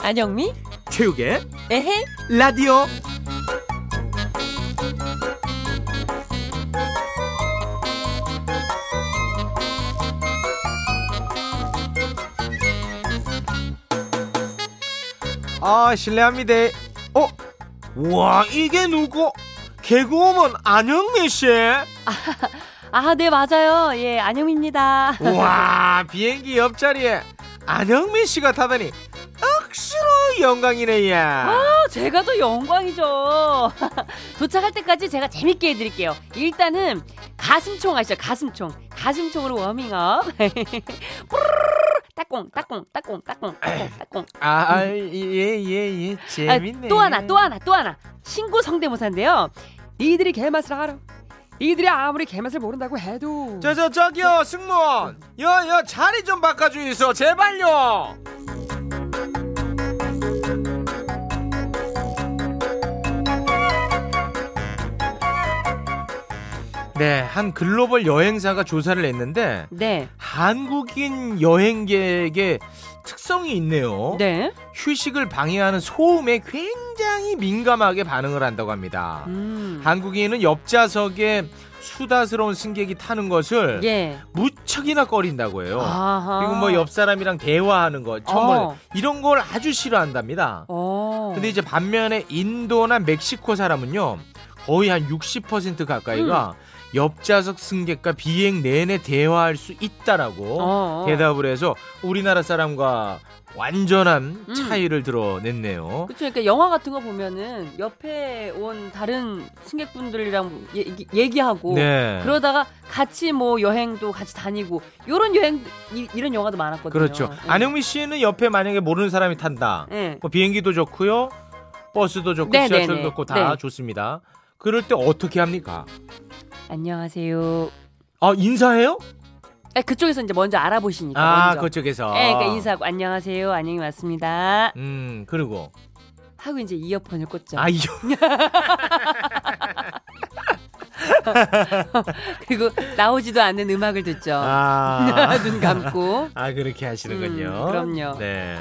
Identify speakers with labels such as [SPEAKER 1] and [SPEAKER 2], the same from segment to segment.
[SPEAKER 1] 안영미?
[SPEAKER 2] 체육의
[SPEAKER 1] 에헤?
[SPEAKER 2] 라디오 아 실례합니다 어? 와 이게 누구? 개그우먼 안영미씨
[SPEAKER 1] 아, 네, 맞아요. 예, 안영미입니다.
[SPEAKER 2] 와 비행기 옆자리에 안영미씨가 타다니 억수로 영광이네 야
[SPEAKER 1] 아, 제가 더 영광이죠. 도착할 때까지 제가 재밌게 해드릴게요. 일단은 가슴총 아시죠? 가슴총. 가슴총으로 워밍업. 뿌르르르, 따꽁, 따꽁, 따꽁, 따꽁, 따꽁, 따꽁.
[SPEAKER 2] 아, 예, 예, 예.
[SPEAKER 1] 아,
[SPEAKER 2] 재밌네.
[SPEAKER 1] 또 하나, 또 하나, 또 하나. 친구 성대모사인데요. 니들이 개맛을 알아. 니들이 아무리 개맛을 모른다고 해도.
[SPEAKER 2] 저, 저, 저기요, 승무원. 여, 여, 자리 좀 바꿔주이소. 제발요. 네, 한 글로벌 여행사가 조사를 했는데,
[SPEAKER 1] 네,
[SPEAKER 2] 한국인 여행객의 특성이 있네요.
[SPEAKER 1] 네.
[SPEAKER 2] 휴식을 방해하는 소음에 굉장히 민감하게 반응을 한다고 합니다. 아,
[SPEAKER 1] 음.
[SPEAKER 2] 한국인은 옆좌석에 수다스러운 승객이 타는 것을
[SPEAKER 1] 예.
[SPEAKER 2] 무척이나 꺼린다고 해요.
[SPEAKER 1] 아하.
[SPEAKER 2] 그리고 뭐 옆 어. 사람이랑 대화하는 것, 처음
[SPEAKER 1] 어.
[SPEAKER 2] 보는 이런 걸 아주 싫어한답니다.
[SPEAKER 1] 어.
[SPEAKER 2] 근데 이제 반면에 인도나 멕시코 사람은요 거의 한 60% 가까이가
[SPEAKER 1] 음.
[SPEAKER 2] 옆좌석 승객과 비행 내내 대화할 수 있다라고
[SPEAKER 1] 어, 어.
[SPEAKER 2] 대답을 해서 우리나라 사람과 완전한
[SPEAKER 1] 음.
[SPEAKER 2] 차이를 드러냈네요.
[SPEAKER 1] 그쵸, 그러니까 영화 같은 거 보면은 옆에 온 다른 승객분들이랑 얘기, 얘기하고
[SPEAKER 2] 네.
[SPEAKER 1] 그러다가 같이 뭐 여행도 같이 다니고 요런 여행 이, 이런 영화도 많았거든요.
[SPEAKER 2] 그렇죠.
[SPEAKER 1] 예.
[SPEAKER 2] 안영미 씨는 옆에 만약에 모르는 사람이 탄다.
[SPEAKER 1] 예.
[SPEAKER 2] 뭐 비행기도 좋고요, 버스도 좋고
[SPEAKER 1] 네,
[SPEAKER 2] 지하철도
[SPEAKER 1] 네, 네.
[SPEAKER 2] 좋고 다
[SPEAKER 1] 네.
[SPEAKER 2] 좋습니다. 그럴 때 어떻게 합니까?
[SPEAKER 1] 안녕하세요.
[SPEAKER 2] 아 인사해요?
[SPEAKER 1] 아, 그쪽에서 이제 먼저 알아보시니까
[SPEAKER 2] 아
[SPEAKER 1] 그러니까 먼저.
[SPEAKER 2] 그쪽에서.
[SPEAKER 1] 예, 그러니까 인사하고 안녕하세요. 안녕히 왔습니다.
[SPEAKER 2] 음 그리고
[SPEAKER 1] 하고 이제 네. 이어폰을 꽂죠.
[SPEAKER 2] 아이
[SPEAKER 1] 그리고 나오지도 않는 음악을 듣죠.
[SPEAKER 2] 아,
[SPEAKER 1] 눈 감고.
[SPEAKER 2] 아 그렇게 하시는군요.
[SPEAKER 1] 음, 그럼요.
[SPEAKER 2] 네.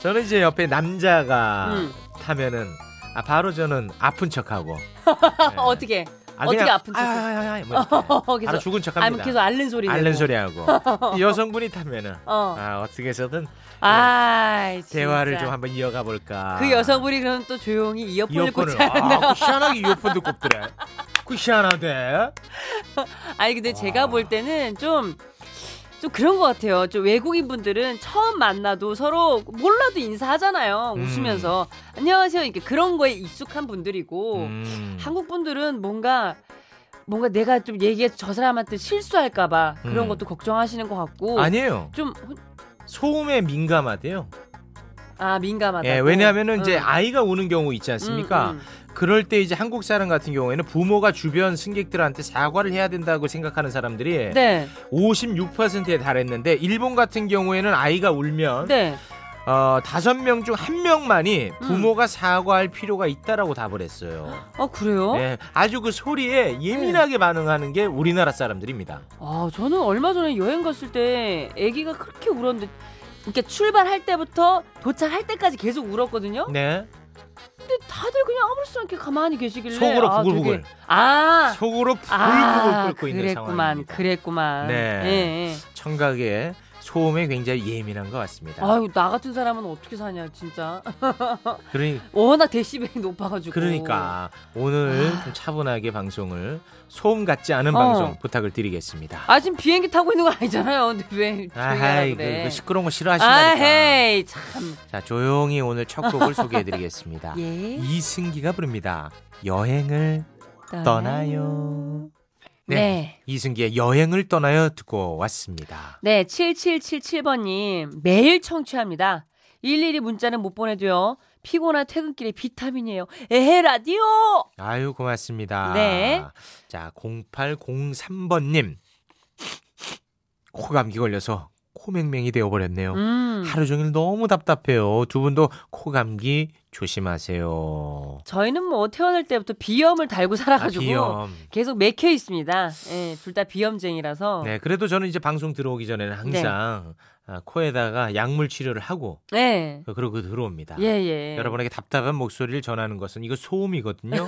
[SPEAKER 2] 저는 이제 옆에 남자가
[SPEAKER 1] 음.
[SPEAKER 2] 타면은 아 바로 저는 아픈 척하고. 네.
[SPEAKER 1] 어떻게?
[SPEAKER 2] 아,
[SPEAKER 1] 어떻게
[SPEAKER 2] 그냥
[SPEAKER 1] 아픈 척을?
[SPEAKER 2] 아, 아, 아, 아, 뭐 이렇게.
[SPEAKER 1] 어, 계속
[SPEAKER 2] 바로 죽은 척합니다.
[SPEAKER 1] 아, 뭐 계속 앓는 소리
[SPEAKER 2] 앓는
[SPEAKER 1] 내고.
[SPEAKER 2] 소리 하고 여성분이 타면은
[SPEAKER 1] 어.
[SPEAKER 2] 아 어떻게 해서든
[SPEAKER 1] 아,
[SPEAKER 2] 네. 대화를
[SPEAKER 1] 진짜.
[SPEAKER 2] 좀 한번 이어가 볼까.
[SPEAKER 1] 그 여성분이 그럼 또 조용히 이어폰을
[SPEAKER 2] 이어폰을
[SPEAKER 1] 꽂아.
[SPEAKER 2] 아, 그 희한하게 이어폰도 꼽더래. 그 희한하대.
[SPEAKER 1] 아니 근데 제가 볼 때는 좀 좀 그런 것 같아요. 좀 외국인 분들은 처음 만나도 서로 몰라도 인사하잖아요.
[SPEAKER 2] 음.
[SPEAKER 1] 웃으면서 안녕하세요 이렇게 그런 거에 익숙한 분들이고
[SPEAKER 2] 음.
[SPEAKER 1] 한국 분들은 뭔가 뭔가 내가 좀 얘기해 저 사람한테 실수할까봐 그런
[SPEAKER 2] 음.
[SPEAKER 1] 것도 걱정하시는 것 같고
[SPEAKER 2] 아니에요.
[SPEAKER 1] 좀아
[SPEAKER 2] 소음에 민감하대요.
[SPEAKER 1] 아, 민감하다.
[SPEAKER 2] 예, 왜냐하면은 이제 아이가 우는 경우 있지 않습니까? 그럴 때 이제 한국 사람 같은 경우에는 부모가 주변 승객들한테 사과를 해야 된다고 생각하는 사람들이
[SPEAKER 1] 네,
[SPEAKER 2] 56%에 달했는데 일본 같은 경우에는 아이가 울면
[SPEAKER 1] 네.
[SPEAKER 2] 어, 다섯 명 중 한 명만이 부모가 사과할 필요가 있다라고 답을 했어요.
[SPEAKER 1] 어 네. 그래요?
[SPEAKER 2] 네, 아주 그 소리에 예민하게 반응하는 게 우리나라 사람들입니다.
[SPEAKER 1] 아, 저는 얼마 전에 여행 갔을 때 아기가 그렇게 울었는데 이렇게 출발할 때부터 도착할 때까지 계속 울었거든요.
[SPEAKER 2] 네,
[SPEAKER 1] 근데 다들 그냥 아무렇지 않게 가만히 계시길래
[SPEAKER 2] 속으로
[SPEAKER 1] 아,
[SPEAKER 2] 부글부글,
[SPEAKER 1] 되게- 아,
[SPEAKER 2] 속으로 부글부글
[SPEAKER 1] 아,
[SPEAKER 2] 끓고 있는
[SPEAKER 1] 그랬구만,
[SPEAKER 2] 상황입니다.
[SPEAKER 1] 그랬구만.
[SPEAKER 2] 네.
[SPEAKER 1] 예, 예.
[SPEAKER 2] 청각에 소음에 굉장히 예민한 것 같습니다.
[SPEAKER 1] 아유, 나 같은 사람은 어떻게 사냐, 진짜.
[SPEAKER 2] 그러니,
[SPEAKER 1] 워낙 데시벨이 높아가지고.
[SPEAKER 2] 그러니까 오늘 좀 차분하게 방송을 소음 같지 않은
[SPEAKER 1] 아. 어.
[SPEAKER 2] 방송 부탁을 드리겠습니다.
[SPEAKER 1] 아, 지금 비행기 타고 있는 거 아니잖아요. 근데 왜 조용히 하라
[SPEAKER 2] 아하이, 그,
[SPEAKER 1] 그래?
[SPEAKER 2] 그 시끄러운 거 싫어하신다니까.
[SPEAKER 1] 아헤이, 네. 참.
[SPEAKER 2] 자, 조용히 오늘 첫 곡을 소개해드리겠습니다.
[SPEAKER 1] 예.
[SPEAKER 2] 이승기가 부릅니다. 여행을 떠나요. 네.
[SPEAKER 1] 네.
[SPEAKER 2] 이승기의 여행을 떠나요 듣고 왔습니다.
[SPEAKER 1] 네, 7777번님. 매일 청취합니다. 일일이 문자는 못 보내도요. 피곤한 퇴근길에 비타민이에요. 에헤, 라디오!
[SPEAKER 2] 아유 고맙습니다.
[SPEAKER 1] 네.
[SPEAKER 2] 자 0803번님 코 감기 걸려서 코맹맹이 되어버렸네요.
[SPEAKER 1] 음.
[SPEAKER 2] 하루 종일 너무 답답해요. 두 분도 코 감기 조심하세요.
[SPEAKER 1] 저희는 뭐 태어날 때부터 비염을 달고 살아가지고
[SPEAKER 2] 비염.
[SPEAKER 1] 계속 맥혀 있습니다. 예, 둘 다 비염쟁이라서.
[SPEAKER 2] 네, 그래도 저는 이제 방송 들어오기 전에는 항상 아, 코에다가 약물 치료를 하고
[SPEAKER 1] 네.
[SPEAKER 2] 그러고 들어옵니다.
[SPEAKER 1] 예, 예.
[SPEAKER 2] 아, 여러분에게 답답한 목소리를 전하는 것은 이거 소음이거든요.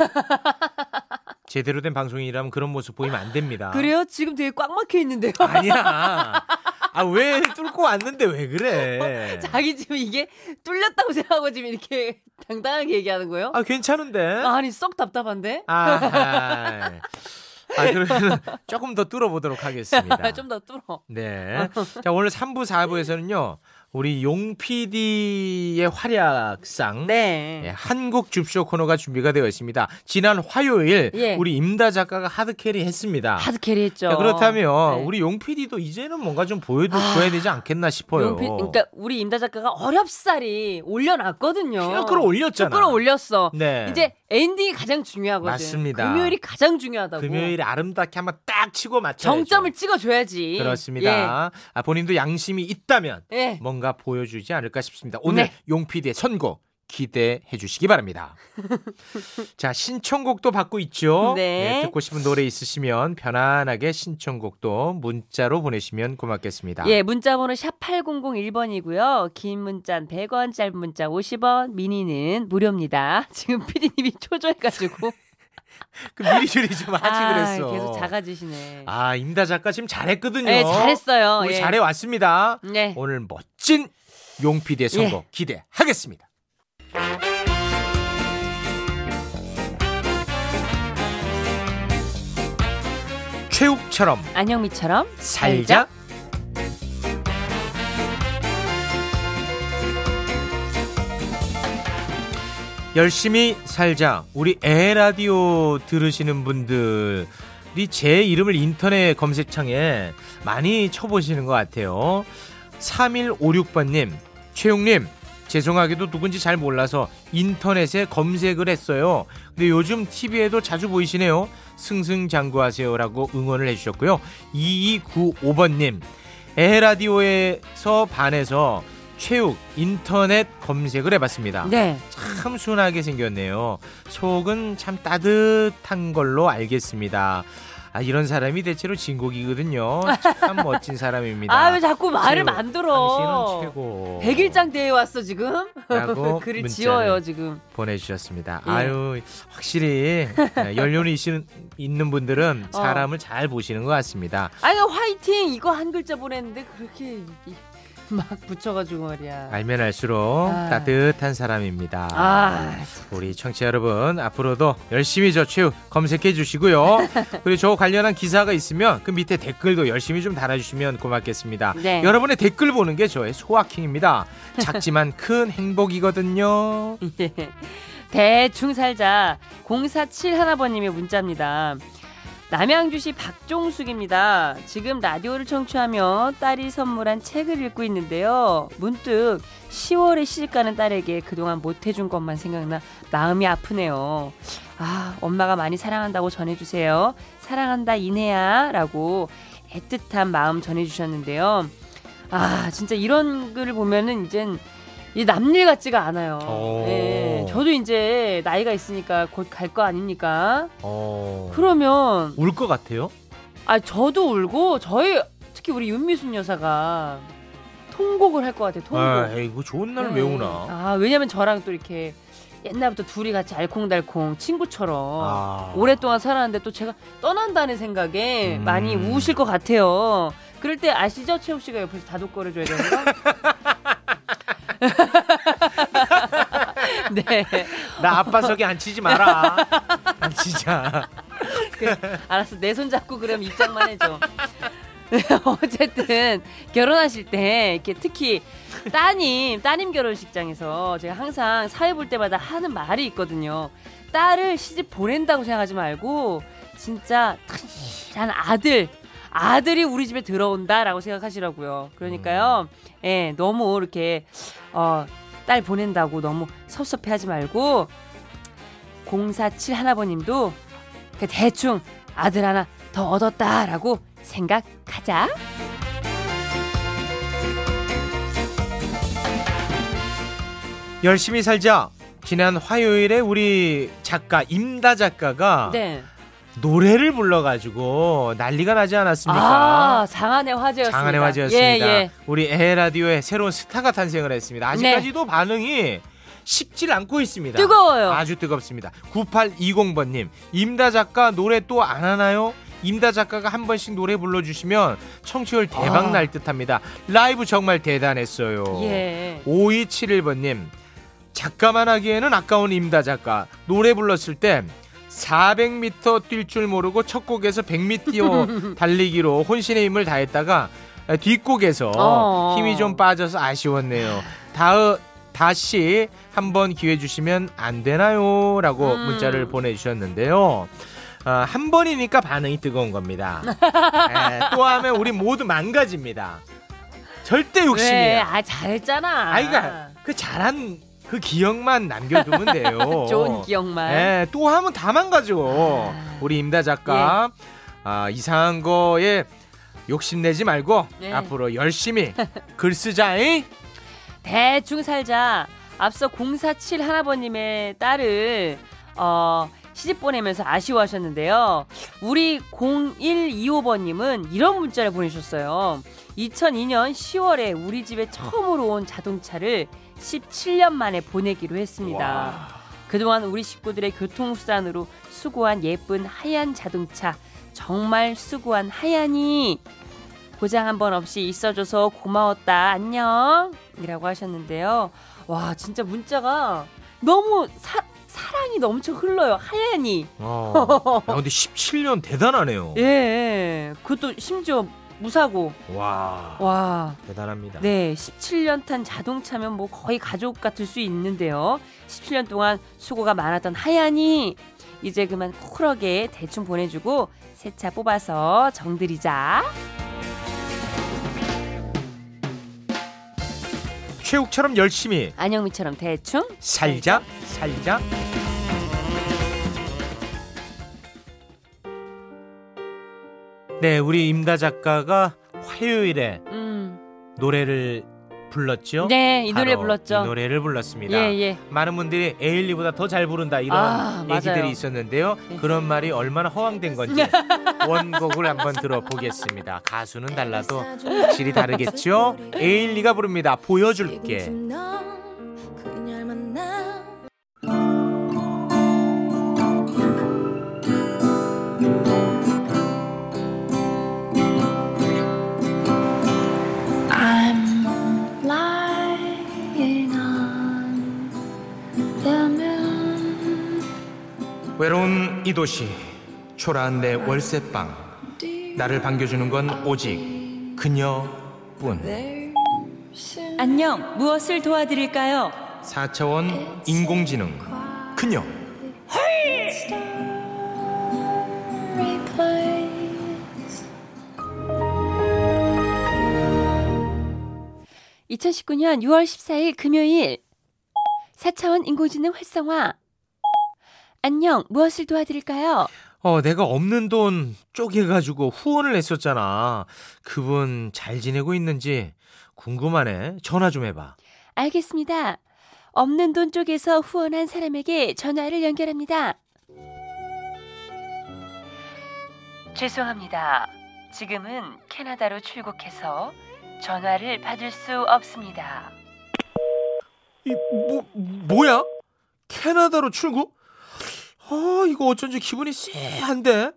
[SPEAKER 2] 제대로 된 방송인이라면 그런 모습 보이면 안 됩니다.
[SPEAKER 1] 그래요? 지금 되게 꽉 막혀 있는데요.
[SPEAKER 2] 아니야. 아 왜 뚫고 왔는데 왜 그래?
[SPEAKER 1] 자기 지금 이게 뚫렸다고 생각하고 지금 이렇게 당당하게 얘기하는 거예요?
[SPEAKER 2] 아 괜찮은데.
[SPEAKER 1] 아, 니썩 답답한데?
[SPEAKER 2] 아, 아 그러면 조금 더 뚫어보도록 하겠습니다.
[SPEAKER 1] 좀 더 뚫어.
[SPEAKER 2] 네. 자 오늘 3부 4부에서는요 우리 용 PD의 활약상
[SPEAKER 1] 네.
[SPEAKER 2] 예, 한국 줍쇼 코너가 준비가 되어 있습니다. 지난 화요일
[SPEAKER 1] 예.
[SPEAKER 2] 우리 임다 작가가 하드 캐리 했습니다.
[SPEAKER 1] 하드 캐리했죠.
[SPEAKER 2] 자, 그렇다면
[SPEAKER 1] 네. 아,
[SPEAKER 2] 우리 용 PD도 이제는 뭔가 좀 보여줘야 되지 않겠나 싶어요.
[SPEAKER 1] 용필- 그러니까 우리 임다 작가가 어렵사리 올려놨거든요.
[SPEAKER 2] 쭉 끌어올렸잖아.
[SPEAKER 1] 끌어올렸어.
[SPEAKER 2] 네.
[SPEAKER 1] 이제 엔딩이 가장 중요하거든.
[SPEAKER 2] 맞습니다.
[SPEAKER 1] 금요일이 가장 중요하다고.
[SPEAKER 2] 금요일에 아름답게 한번 딱 치고 맞춰.
[SPEAKER 1] 정점을 예. 찍어줘야지.
[SPEAKER 2] 그렇습니다. 뭐, 아, 본인도 양심이 있다면
[SPEAKER 1] 예. 예.
[SPEAKER 2] 뭔가 보여주지 않을까 싶습니다. 오늘
[SPEAKER 1] 네.
[SPEAKER 2] 용 PD의 선곡 기대해 주시기 바랍니다. 자, 신청곡도 받고 있죠.
[SPEAKER 1] 네.
[SPEAKER 2] 듣고 싶은 노래 있으시면 편안하게 신청곡도 문자로 보내시면 고맙겠습니다.
[SPEAKER 1] 예, 문자번호 샵 8001번이고요. 긴 문자 100원, 짧은 문자 50원, 미니는 무료입니다. 지금 피디님이 초조해가지고.
[SPEAKER 2] 그 미리미리 좀 하지
[SPEAKER 1] 아,
[SPEAKER 2] 그랬어.
[SPEAKER 1] 계속 작아지시네.
[SPEAKER 2] 아, 임다 작가 지금 잘했거든요.
[SPEAKER 1] 네, 잘했어요.
[SPEAKER 2] 우리
[SPEAKER 1] 예.
[SPEAKER 2] 잘해 왔습니다.
[SPEAKER 1] 네.
[SPEAKER 2] 오늘 멋진 용 PD의 선곡 기대하겠습니다. 최욱처럼
[SPEAKER 1] 안영미처럼
[SPEAKER 2] 살자. 열심히 살자. 우리 애 라디오 들으시는 분들이 제 이름을 인터넷 검색창에 많이 쳐보시는 것 같아요. 3156번님, 최용님, 죄송하게도 누군지 잘 몰라서 인터넷에 검색을 했어요. 근데 요즘 TV에도 자주 보이시네요. 승승장구하세요라고 응원을 해주셨고요. 2295번님, 에라디오에서 반해서 최욱 인터넷 검색을 해봤습니다.
[SPEAKER 1] 네.
[SPEAKER 2] 참 순하게 생겼네요. 속은 참 따뜻한 걸로 알겠습니다. 아, 이런 사람이 대체로 진국이거든요. 참 멋진 사람입니다.
[SPEAKER 1] 아, 왜 자꾸 말을
[SPEAKER 2] 최고. 당신은
[SPEAKER 1] 만들어?
[SPEAKER 2] 최고.
[SPEAKER 1] 백일장 대회 왔어, 지금?
[SPEAKER 2] 라고
[SPEAKER 1] 글을
[SPEAKER 2] 문자를
[SPEAKER 1] 지워요, 지금.
[SPEAKER 2] 보내주셨습니다.
[SPEAKER 1] 예.
[SPEAKER 2] 아유 확실히 네, 연륜이 있는, 있는
[SPEAKER 1] 어.
[SPEAKER 2] 분들은 사람을 잘 보시는 것 같습니다.
[SPEAKER 1] 아니, 나 화이팅! 이거 한 글자 보냈는데, 그렇게 이- 이- 막 붙여가지고 말이야.
[SPEAKER 2] 알면 알수록
[SPEAKER 1] 아.
[SPEAKER 2] 따뜻한 사람입니다.
[SPEAKER 1] 아,
[SPEAKER 2] 우리 청취자 여러분 앞으로도 열심히 저 최우 검색해 주시고요. 그리고 저 관련한 기사가 있으면 그 밑에 댓글도 열심히 좀 달아주시면 고맙겠습니다.
[SPEAKER 1] 네.
[SPEAKER 2] 여러분의 댓글 보는 게 저의 소확행입니다. 작지만 큰 행복이거든요.
[SPEAKER 1] 예. 대충 살자. 047 하나번님의 문자입니다. 남양주시 박종숙입니다. 지금 라디오를 청취하며 딸이 선물한 책을 읽고 있는데요. 문득 10월에 시집가는 딸에게 그동안 못해준 것만 생각나 마음이 아프네요. 아, 엄마가 많이 사랑한다고 전해주세요. 사랑한다, 이내야. 라고 애틋한 마음 전해주셨는데요. 아, 진짜 이런 글을 보면은 이젠 이 남일 같지가 않아요.
[SPEAKER 2] 오.
[SPEAKER 1] 예, 저도 이제 나이가 있으니까 곧 갈 거 아닙니까?
[SPEAKER 2] 어...
[SPEAKER 1] 그러면
[SPEAKER 2] 울 것 같아요?
[SPEAKER 1] 아 저도 울고 저희 특히 우리 윤미순 여사가 통곡을 할 것 같아요.
[SPEAKER 2] 아,
[SPEAKER 1] 통곡.
[SPEAKER 2] 에이, 이거 좋은 날
[SPEAKER 1] 뭐. 네.
[SPEAKER 2] 왜 우나?
[SPEAKER 1] 아 왜냐면 저랑 또 이렇게 옛날부터 둘이 같이 알콩달콩 친구처럼
[SPEAKER 2] 아.
[SPEAKER 1] 오랫동안 살았는데 또 제가 떠난다는 생각에
[SPEAKER 2] 음.
[SPEAKER 1] 많이 우실 것 같아요. 그럴 때 아시죠 최욱 씨가 옆에서 다독거려 줘야 되는 거? 네,
[SPEAKER 2] 나 아빠석에 앉히지 마라. 앉히자.
[SPEAKER 1] 알았어 내 손 잡고 그럼 입장만 해줘. 네, 어쨌든 결혼하실 때 이렇게 특히 따님 따님 결혼식장에서 제가 항상 사회 볼 때마다 하는 말이 있거든요. 딸을 시집 보낸다고 생각하지 말고 진짜 튼실한 아들 아들이 우리 집에 들어온다라고 생각하시라고요. 그러니까요, 예 너무 이렇게 어, 딸 보낸다고 너무 섭섭해하지 말고 047 하나버님도 그 대충 아들 하나 더 얻었다라고 생각하자.
[SPEAKER 2] 열심히 살자. 지난 화요일에 우리 작가 임다 작가가
[SPEAKER 1] 네.
[SPEAKER 2] 노래를 불러가지고 난리가 나지 않았습니까?
[SPEAKER 1] 아, 장안의 화제였습니다.
[SPEAKER 2] 장안의 화제였습니다.
[SPEAKER 1] 예, 예.
[SPEAKER 2] 우리 에라디오의 새로운 스타가 탄생을 했습니다. 아직까지도 반응이 쉽질 않고 있습니다.
[SPEAKER 1] 네. 뜨거워요.
[SPEAKER 2] 아주 뜨겁습니다. 9820번님, 임다 작가 노래 또 안 하나요? 임다 작가가 한 번씩 노래 불러주시면 청취율 대박
[SPEAKER 1] 아.
[SPEAKER 2] 날 듯합니다. 라이브 정말 대단했어요.
[SPEAKER 1] 예.
[SPEAKER 2] 5271번님 작가만 하기에는 아까운 임다 작가 노래 불렀을 때 400m 뛸 줄 모르고 첫 곡에서 100m 뛰어 달리기로 혼신의 힘을 다했다가 뒷곡에서
[SPEAKER 1] 어.
[SPEAKER 2] 힘이 좀 빠져서 아쉬웠네요. 다음 다시 한번 기회 주시면 안 되나요?라고
[SPEAKER 1] 음.
[SPEAKER 2] 문자를 보내주셨는데요. 아, 한 번이니까 반응이 뜨거운 겁니다. 예, 또 하면 우리 모두 망가집니다. 절대
[SPEAKER 1] 왜?
[SPEAKER 2] 욕심이에요.
[SPEAKER 1] 아, 잘했잖아.
[SPEAKER 2] 아이가 그 잘한 그 기억만 남겨두면 돼요.
[SPEAKER 1] 좋은 기억만.
[SPEAKER 2] 예, 또 하면 다 망가져.
[SPEAKER 1] 아. 예.
[SPEAKER 2] 우리 임다 작가 아, 이상한 거에 욕심내지 말고
[SPEAKER 1] 예.
[SPEAKER 2] 앞으로 열심히 글 쓰자잉.
[SPEAKER 1] 대충 살자. 앞서 047 할아버님의 딸을 어, 시집 보내면서 아쉬워하셨는데요. 우리 0125번님은 이런 문자를 보내셨어요. 2002년 10월에 우리 집에 처음으로 온 자동차를 17년 만에 보내기로 했습니다. 그동안 우리 식구들의 교통수단으로 수고한 예쁜 하얀 자동차 정말 수고한 하얀이 고장 한 번 없이 있어줘서 고마웠다 안녕이라고 하셨는데요 와 진짜 문자가 너무 사, 사랑이 넘쳐 흘러요 하얀이
[SPEAKER 2] 어. 야, 근데 17년 대단하네요.
[SPEAKER 1] 예 그것도 심지어 무사고
[SPEAKER 2] 와,
[SPEAKER 1] 와
[SPEAKER 2] 대단합니다.
[SPEAKER 1] 네, 17년 탄 자동차면 뭐 거의 가족 같을 수 있는데요. 17년 동안 수고가 많았던 하얀이 이제 그만 쿨하게 대충 보내주고 새 차 뽑아서 정들이자.
[SPEAKER 2] 최욱처럼 열심히
[SPEAKER 1] 안영미처럼 대충.
[SPEAKER 2] 살자, 살자. 네, 우리 임다 작가가 화요일에
[SPEAKER 1] 음.
[SPEAKER 2] 노래를 불렀죠.
[SPEAKER 1] 네, 이 노래
[SPEAKER 2] 바로
[SPEAKER 1] 불렀죠.
[SPEAKER 2] 이 노래를 불렀습니다.
[SPEAKER 1] 예, 예.
[SPEAKER 2] 많은 분들이 에일리보다 더 잘 부른다 이런
[SPEAKER 1] 아,
[SPEAKER 2] 얘기들이
[SPEAKER 1] 맞아요.
[SPEAKER 2] 있었는데요.
[SPEAKER 1] 네.
[SPEAKER 2] 그런 말이 얼마나 허황된 건지 원곡을 한번 들어보겠습니다. 가수는 달라도 질이 다르겠죠. 에일리가 부릅니다. 보여줄게.
[SPEAKER 3] I'm lying on the moon.
[SPEAKER 2] 외로운 이 도시 초라한 내 월세방 나를 반겨주는 건 오직 그녀뿐.
[SPEAKER 1] 안녕. 무엇을 도와드릴까요?
[SPEAKER 2] 4차원 인공지능 그녀.
[SPEAKER 3] Replace
[SPEAKER 1] 2019년 6월 14일 금요일 4차원 인공지능 활성화. 안녕. 무엇을 도와드릴까요?
[SPEAKER 2] 어, 내가 없는 돈 쪼개가지고 후원을 했었잖아. 그분 잘 지내고 있는지 궁금하네. 전화 좀 해봐.
[SPEAKER 1] 알겠습니다. 없는 돈 쪽에서 후원한 사람에게 전화를 연결합니다. 죄송합니다. 지금은 캐나다로 출국해서 전화를 받을 수 없습니다.
[SPEAKER 2] 이, 뭐, 뭐야? 캐나다로 출국? 아, 이거 어쩐지 기분이 쎄한데?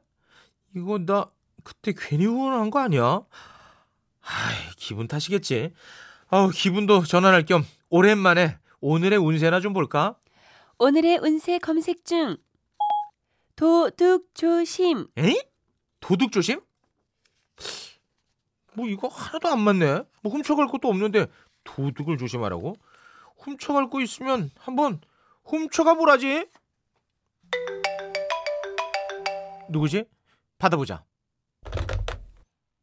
[SPEAKER 2] 이거 나 그때 괜히 후원한 거 아니야? 아이, 기분 탓이겠지. 아우, 기분도 전환할 겸 오랜만에 오늘의 운세나 좀 볼까?
[SPEAKER 1] 오늘의 운세 검색 중 도둑 조심.
[SPEAKER 2] 에이? 도둑 조심? 뭐 이거 하나도 안 맞네. 뭐 훔쳐갈 것도 없는데 도둑을 조심하라고? 훔쳐갈 거 있으면 한번 훔쳐가 보라지. 누구지? 받아보자.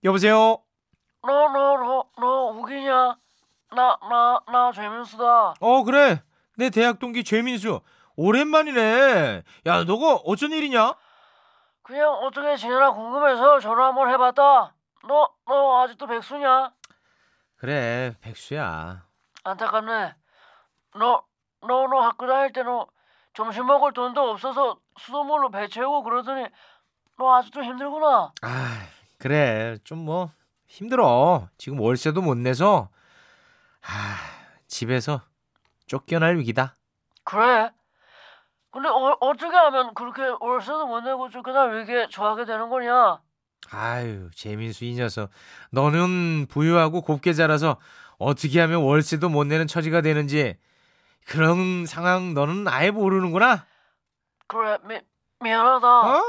[SPEAKER 2] 여보세요.
[SPEAKER 4] 너 너 너 너 우기냐? 나 나 나 재민수다.
[SPEAKER 2] 어 그래. 내 대학 동기 최민수. 오랜만이네. 야 너가 어쩐 일이냐?
[SPEAKER 4] 그냥 어떻게 지내나 궁금해서 전화 한번 해봤다. 너 너 아직도 백수냐?
[SPEAKER 2] 그래 백수야.
[SPEAKER 4] 안타깝네. 너 너 너 학교 다닐 때 너 점심 먹을 돈도 없어서 수돗물로 배 채우고 그러더니 너 아직도 힘들구나.
[SPEAKER 2] 아 그래 좀 뭐 힘들어 지금 월세도 못 내서 아 집에서 쫓겨날 위기다
[SPEAKER 4] 그래. 근데 어, 어떻게 하면 그렇게 월세도 못 내고 쫓겨날 위기에 처하게 되는 거냐?
[SPEAKER 2] 아유 재민수 이 녀석 너는 부유하고 곱게 자라서 어떻게 하면 월세도 못 내는 처지가 되는지 그런 상황 너는 아예 모르는구나
[SPEAKER 4] 그래 미
[SPEAKER 2] 아,
[SPEAKER 4] 미안하다.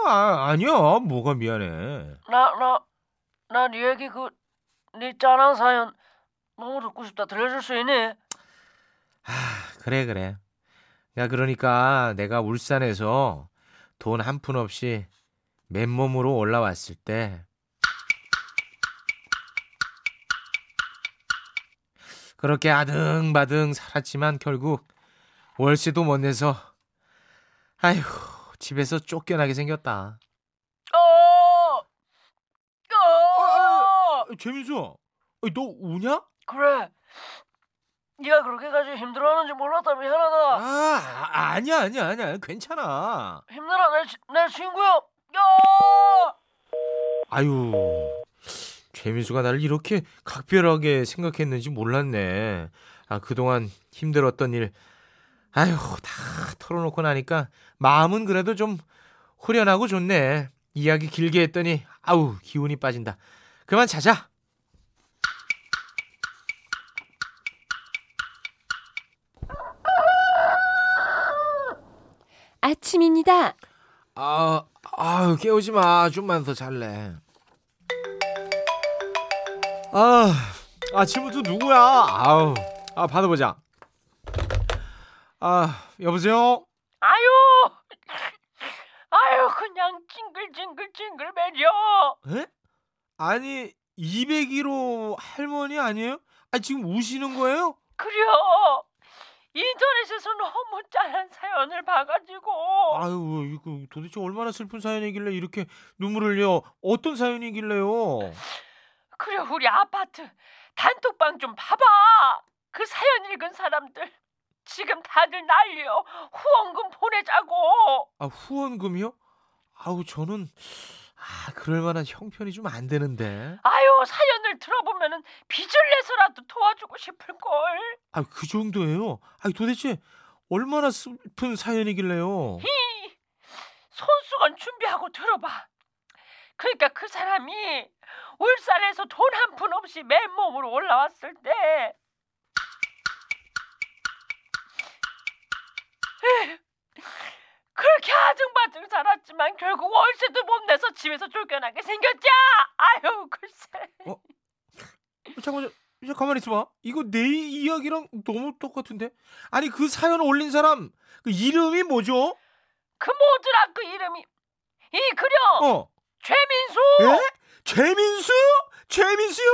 [SPEAKER 2] 아 아니야 뭐가 미안해
[SPEAKER 4] 나 나 나 네 얘기 그 네 짠한 사연 너무 듣고 싶다. 들려줄 수 있니?
[SPEAKER 2] 아, 그래 그래. 야 그러니까 내가 울산에서 돈 한 푼 없이 맨몸으로 올라왔을 때 그렇게 아등바등 살았지만 결국 월세도 못 내서 아휴 집에서 쫓겨나게 생겼다.
[SPEAKER 4] 어!
[SPEAKER 2] 어,
[SPEAKER 4] 어!
[SPEAKER 2] 재민수, 너 우냐?
[SPEAKER 4] 그래. 네가 그렇게까지 힘들어하는지 몰랐다. 미안하다.
[SPEAKER 2] 아 아니야 아니야 아니야 괜찮아.
[SPEAKER 4] 힘내라 내, 치- 내 친구야. 야!
[SPEAKER 2] 아유 재민수가 나를 이렇게 각별하게 생각했는지 몰랐네. 아 그동안 힘들었던 일 아유 다 털어놓고 나니까 마음은 그래도 좀 후련하고 좋네. 이야기 길게 했더니 아우 기운이 빠진다. 그만 자자.
[SPEAKER 1] 아침입니다.
[SPEAKER 2] 아, 아 깨우지 마. 좀만 더 잘래. 아, 아침부터 누구야? 아우, 아 받아보자. 아, 여보세요.
[SPEAKER 4] 아유. 아유 그냥 찡글찡글 찡글매려.
[SPEAKER 2] 에? 예? 아니 201호 할머니 아니에요? 아 지금 우시는 거예요?
[SPEAKER 4] 그려. 인터넷에서 너무 짠한 사연을 봐가지고
[SPEAKER 2] 아유 뭐 이거 도대체 얼마나 슬픈 사연이길래 이렇게 눈물을 흘려 어떤 사연이길래요?
[SPEAKER 4] 그려 우리 아파트 단톡방 좀 봐봐. 그 사연 읽은 사람들 지금 다들 난리여. 후원금 보내자고.
[SPEAKER 2] 아 후원금이요? 아우 저는 아 그럴 만한 형편이 좀 안 되는데
[SPEAKER 4] 아유 사연을 들어보면은 빚을 내서라도 도와주고 싶을 걸.
[SPEAKER 2] 아 그 정도예요? 아 도대체 얼마나 슬픈 사연이길래요? 어,
[SPEAKER 4] 손수건 준비하고 들어봐. 그러니까 그 사람이 울산에서 돈 한 푼 없이 맨몸으로 올라왔을 때 에휴, 그렇게 아등바등 살았지만 결국 월세도 못 내서 집에서 쫓겨나게 생겼자. 아유 글쎄.
[SPEAKER 2] 잠깐만 저 가만히 있어봐 이거 내 이야기랑 너무 똑같은데 아니 그 사연 올린 사람 그 이름이 뭐죠?
[SPEAKER 4] 그 모드라 그 이름이 이 그려
[SPEAKER 2] 어
[SPEAKER 4] 최민수.
[SPEAKER 1] 어?
[SPEAKER 2] 예? 최민수? 최민수요?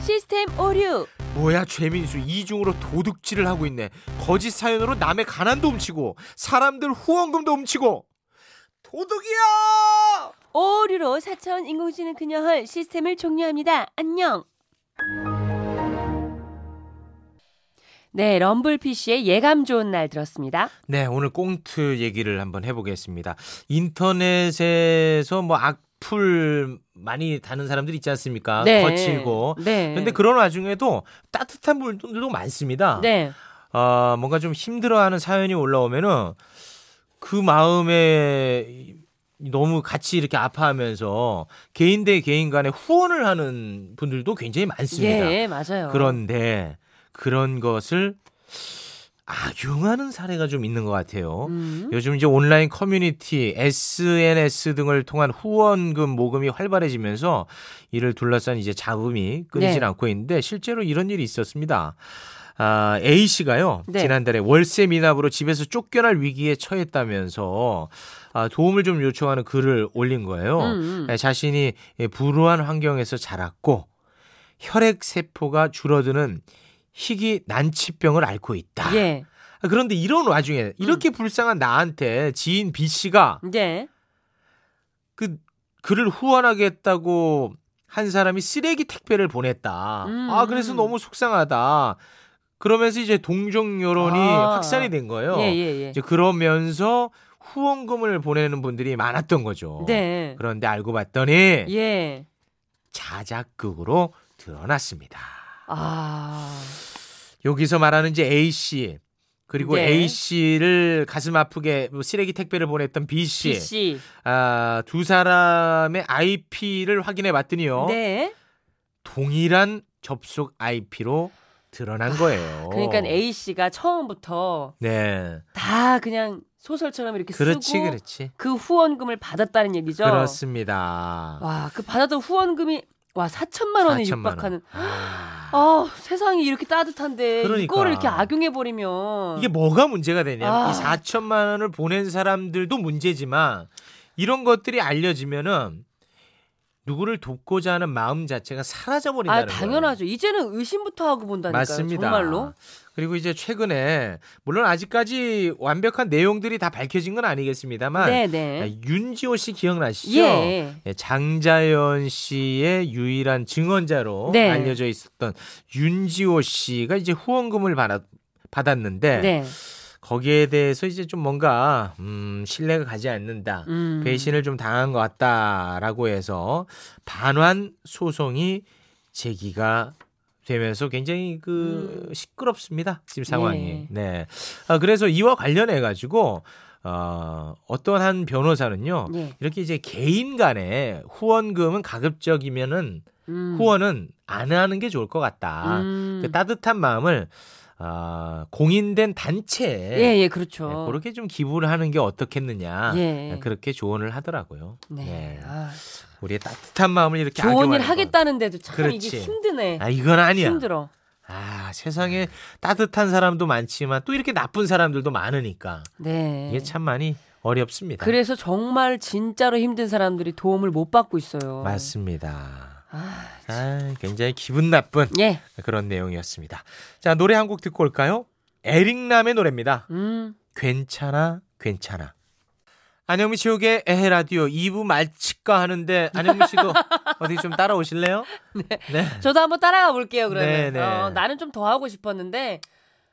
[SPEAKER 1] 시스템 오류.
[SPEAKER 2] 뭐야 최민수 이중으로 도둑질을 하고 있네 거짓 사연으로 남의 가난도 훔치고 사람들 후원금도 훔치고 도둑이야
[SPEAKER 1] 오류로 4차원 인공지능 그녀헐 시스템을 종료합니다. 안녕. 네, 럼블피쉬의 예감 좋은 날 들었습니다.
[SPEAKER 2] 네 오늘 꽁트 얘기를 한번 해보겠습니다 인터넷에서 뭐 악플 많이 다는 사람들 있지 않습니까 아, 거칠고
[SPEAKER 1] 네.
[SPEAKER 2] 근데 그런 와중에도 따뜻한 분들도 많습니다
[SPEAKER 1] 네.
[SPEAKER 2] 아, 뭔가 좀 힘들어하는 사연이 올라오면은 그 마음에 이- 너무 같이 이렇게 아파하면서 개인 대 개인 간에 후원을 하는 분들도 굉장히 많습니다.
[SPEAKER 1] 예, 맞아요.
[SPEAKER 2] 그런데 그런 것을 악용하는 사례가 좀 있는 것 같아요.
[SPEAKER 1] 음.
[SPEAKER 2] 요즘 이제 온라인 커뮤니티, SNS 등을 통한 후원금 모금이 활발해지면서 이를 둘러싼 이제 잡음이 끊이질
[SPEAKER 1] 네.
[SPEAKER 2] 않고 있는데 실제로 이런 일이 있었습니다. 아, A 씨가요
[SPEAKER 1] 네.
[SPEAKER 2] 지난달에 월세 미납으로 집에서 쫓겨날 위기에 처했다면서 아, 도움을 좀 요청하는 글을 올린 거예요.
[SPEAKER 1] 음, 음.
[SPEAKER 2] 예, 자신이 예, 불우한 환경에서 자랐고 혈액 세포가 줄어드는 희귀 난치병을 앓고 있다.
[SPEAKER 1] 예.
[SPEAKER 2] 아, 그런데 이런 와중에 이렇게
[SPEAKER 1] 음.
[SPEAKER 2] 불쌍한 나한테 지인 B 씨가
[SPEAKER 1] 네.
[SPEAKER 2] 그 그를 후원하겠다고 한 사람이 쓰레기 택배를 보냈다.
[SPEAKER 1] 음,
[SPEAKER 2] 아 그래서
[SPEAKER 1] 음.
[SPEAKER 2] 너무 속상하다. 그러면서 이제 동정 여론이
[SPEAKER 1] 아.
[SPEAKER 2] 확산이 된 거예요.
[SPEAKER 1] 예, 예, 예.
[SPEAKER 2] 이제 그러면서 후원금을 보내는 분들이 많았던 거죠.
[SPEAKER 1] 네.
[SPEAKER 2] 그런데 알고 봤더니
[SPEAKER 1] 예.
[SPEAKER 2] 자작극으로 드러났습니다.
[SPEAKER 1] 아.
[SPEAKER 2] 여기서 말하는 이제 A 씨 그리고
[SPEAKER 1] 네.
[SPEAKER 2] A 씨를 가슴 아프게 뭐 쓰레기 택배를 보냈던 B 씨,
[SPEAKER 1] PC.
[SPEAKER 2] 아, 두 사람의 IP를 확인해 봤더니요
[SPEAKER 1] 네.
[SPEAKER 2] 동일한 접속 IP로 드러난 거예요.
[SPEAKER 1] 그러니까 A 씨가 처음부터
[SPEAKER 2] 네,
[SPEAKER 1] 다 그냥 소설처럼 이렇게
[SPEAKER 2] 그렇지,
[SPEAKER 1] 쓰고
[SPEAKER 2] 그렇지,
[SPEAKER 1] 그 후원금을 받았다는 얘기죠.
[SPEAKER 2] 그렇습니다.
[SPEAKER 1] 와, 그 받았던 후원금이 와 4천만 원에
[SPEAKER 2] 4천만 원.
[SPEAKER 1] 육박하는.
[SPEAKER 2] 아,
[SPEAKER 1] 아, 세상이 이렇게 따뜻한데
[SPEAKER 2] 그러니까.
[SPEAKER 1] 이거를 이렇게 악용해 버리면
[SPEAKER 2] 이게 뭐가 문제가 되냐면
[SPEAKER 1] 아.
[SPEAKER 2] 이 4천만 원을 보낸 사람들도 문제지만 이런 것들이 알려지면은 누구를 돕고자 하는 마음 자체가 사라져 버린다는
[SPEAKER 1] 아, 당연하죠. 이제는 의심부터 하고 본다니까요.
[SPEAKER 2] 맞습니다.
[SPEAKER 1] 정말로.
[SPEAKER 2] 그리고 이제 최근에 물론 아직까지 완벽한 내용들이 다 밝혀진 건 아니겠습니다만
[SPEAKER 1] 네,
[SPEAKER 2] 아,
[SPEAKER 1] 네.
[SPEAKER 2] 윤지호 씨 기억나시죠?
[SPEAKER 1] 예.
[SPEAKER 2] 예, 장자연 씨의 유일한 증언자로
[SPEAKER 1] 네.
[SPEAKER 2] 알려져 있었던 윤지호 씨가 이제 후원금을 받았, 는데
[SPEAKER 1] 네.
[SPEAKER 2] 거기에 대해서 이제 좀 뭔가 음, 신뢰가 가지 않는다.
[SPEAKER 1] 음.
[SPEAKER 2] 배신을 좀 당한 것 같다라고 해서 반환 소송이 제기가 되면서 굉장히 그
[SPEAKER 1] 음.
[SPEAKER 2] 시끄럽습니다. 지금 상황이.
[SPEAKER 1] 네.
[SPEAKER 2] 네. 아, 그래서 이와 관련해 가지고 어, 어떤 한 변호사는요.
[SPEAKER 1] 예.
[SPEAKER 2] 이렇게 이제 개인 간에 후원금은 가급적이면은
[SPEAKER 1] 음.
[SPEAKER 2] 후원은 안 하는 게 좋을 것 같다.
[SPEAKER 1] 음.
[SPEAKER 2] 그 따뜻한 마음을 아, 공인된 단체에
[SPEAKER 1] 예, 예, 그렇죠.
[SPEAKER 2] 네, 그렇게 좀 기부를 하는 게 어떻겠느냐
[SPEAKER 1] 예.
[SPEAKER 2] 그렇게 조언을 하더라고요.
[SPEAKER 1] 네.
[SPEAKER 2] 네.
[SPEAKER 1] 아,
[SPEAKER 2] 우리의 따뜻한 마음을 이렇게
[SPEAKER 1] 좋은 일
[SPEAKER 2] 악용하는 건.
[SPEAKER 1] 하겠다는데도 참 이게
[SPEAKER 2] 그렇지.
[SPEAKER 1] 힘드네.
[SPEAKER 2] 아 이건 아니야.
[SPEAKER 1] 힘들어.
[SPEAKER 2] 아 세상에 따뜻한 사람도 많지만 또 이렇게 나쁜 사람들도 많으니까
[SPEAKER 1] 네.
[SPEAKER 2] 이게 참 그러니까. 많이 어렵습니다.
[SPEAKER 1] 그래서 정말 진짜로 힘든 사람들이 도움을 못 받고 있어요.
[SPEAKER 2] 맞습니다.
[SPEAKER 1] 아,
[SPEAKER 2] 아, 굉장히 기분 나쁜
[SPEAKER 1] 예.
[SPEAKER 2] 그런 내용이었습니다. 자 노래 한 곡 듣고 올까요? 에릭남의 노래입니다.
[SPEAKER 1] 음.
[SPEAKER 2] 괜찮아, 괜찮아. 안영미 씨옥의 에헤 라디오 2부 말치과 하는데 안영미 씨도 어디 좀 따라오실래요? 네.
[SPEAKER 1] 저도 한번 따라가 볼게요. 그러면
[SPEAKER 2] 네, 네.
[SPEAKER 1] 어, 나는 좀 더 하고 싶었는데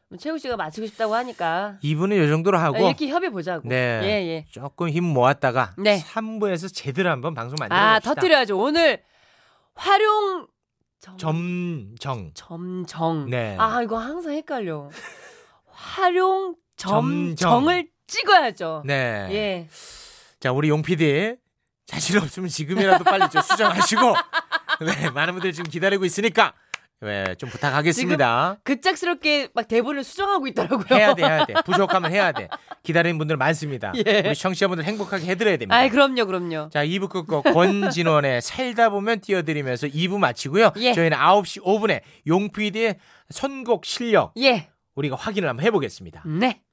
[SPEAKER 1] 뭐 최우 씨가 마치고 싶다고 하니까 아,
[SPEAKER 2] 2부는 요 정도로 하고
[SPEAKER 1] 이렇게 협의 보자고.
[SPEAKER 2] 네.
[SPEAKER 1] 예, 예.
[SPEAKER 2] 조금 힘 모았다가
[SPEAKER 1] 네.
[SPEAKER 2] 3부에서 제대로 한번 방송 만들어
[SPEAKER 1] 아,
[SPEAKER 2] 봅시다.
[SPEAKER 1] 터뜨려야죠. 오늘 활용 점,
[SPEAKER 2] 점정.
[SPEAKER 1] 점정.
[SPEAKER 2] 네.
[SPEAKER 1] 아, 이거 항상 헷갈려. 활용
[SPEAKER 2] 점정.
[SPEAKER 1] 점정을 찍어야죠.
[SPEAKER 2] 네.
[SPEAKER 1] 예.
[SPEAKER 2] 자, 우리 용 PD 자신 없으면 지금이라도 빨리 좀 수정하시고 네, 많은 분들 지금 기다리고 있으니까 네, 좀 부탁하겠습니다.
[SPEAKER 1] 급작스럽게 막 대본을 수정하고 있더라고요.
[SPEAKER 2] 해야 돼, 해야 돼. 부족하면 해야 돼. 기다리는 분들 많습니다.
[SPEAKER 1] 예.
[SPEAKER 2] 우리 청취자분들 행복하게 해드려야 됩니다.
[SPEAKER 1] 아이, 그럼요, 그럼요.
[SPEAKER 2] 자, 2부 끝곡 권진원의 살다 보면 뛰어드리면서 2부 마치고요.
[SPEAKER 1] 예.
[SPEAKER 2] 저희는 9시 5분에 용PD의 선곡 실력
[SPEAKER 1] 예.
[SPEAKER 2] 우리가 확인을 한번 해보겠습니다.
[SPEAKER 1] 네.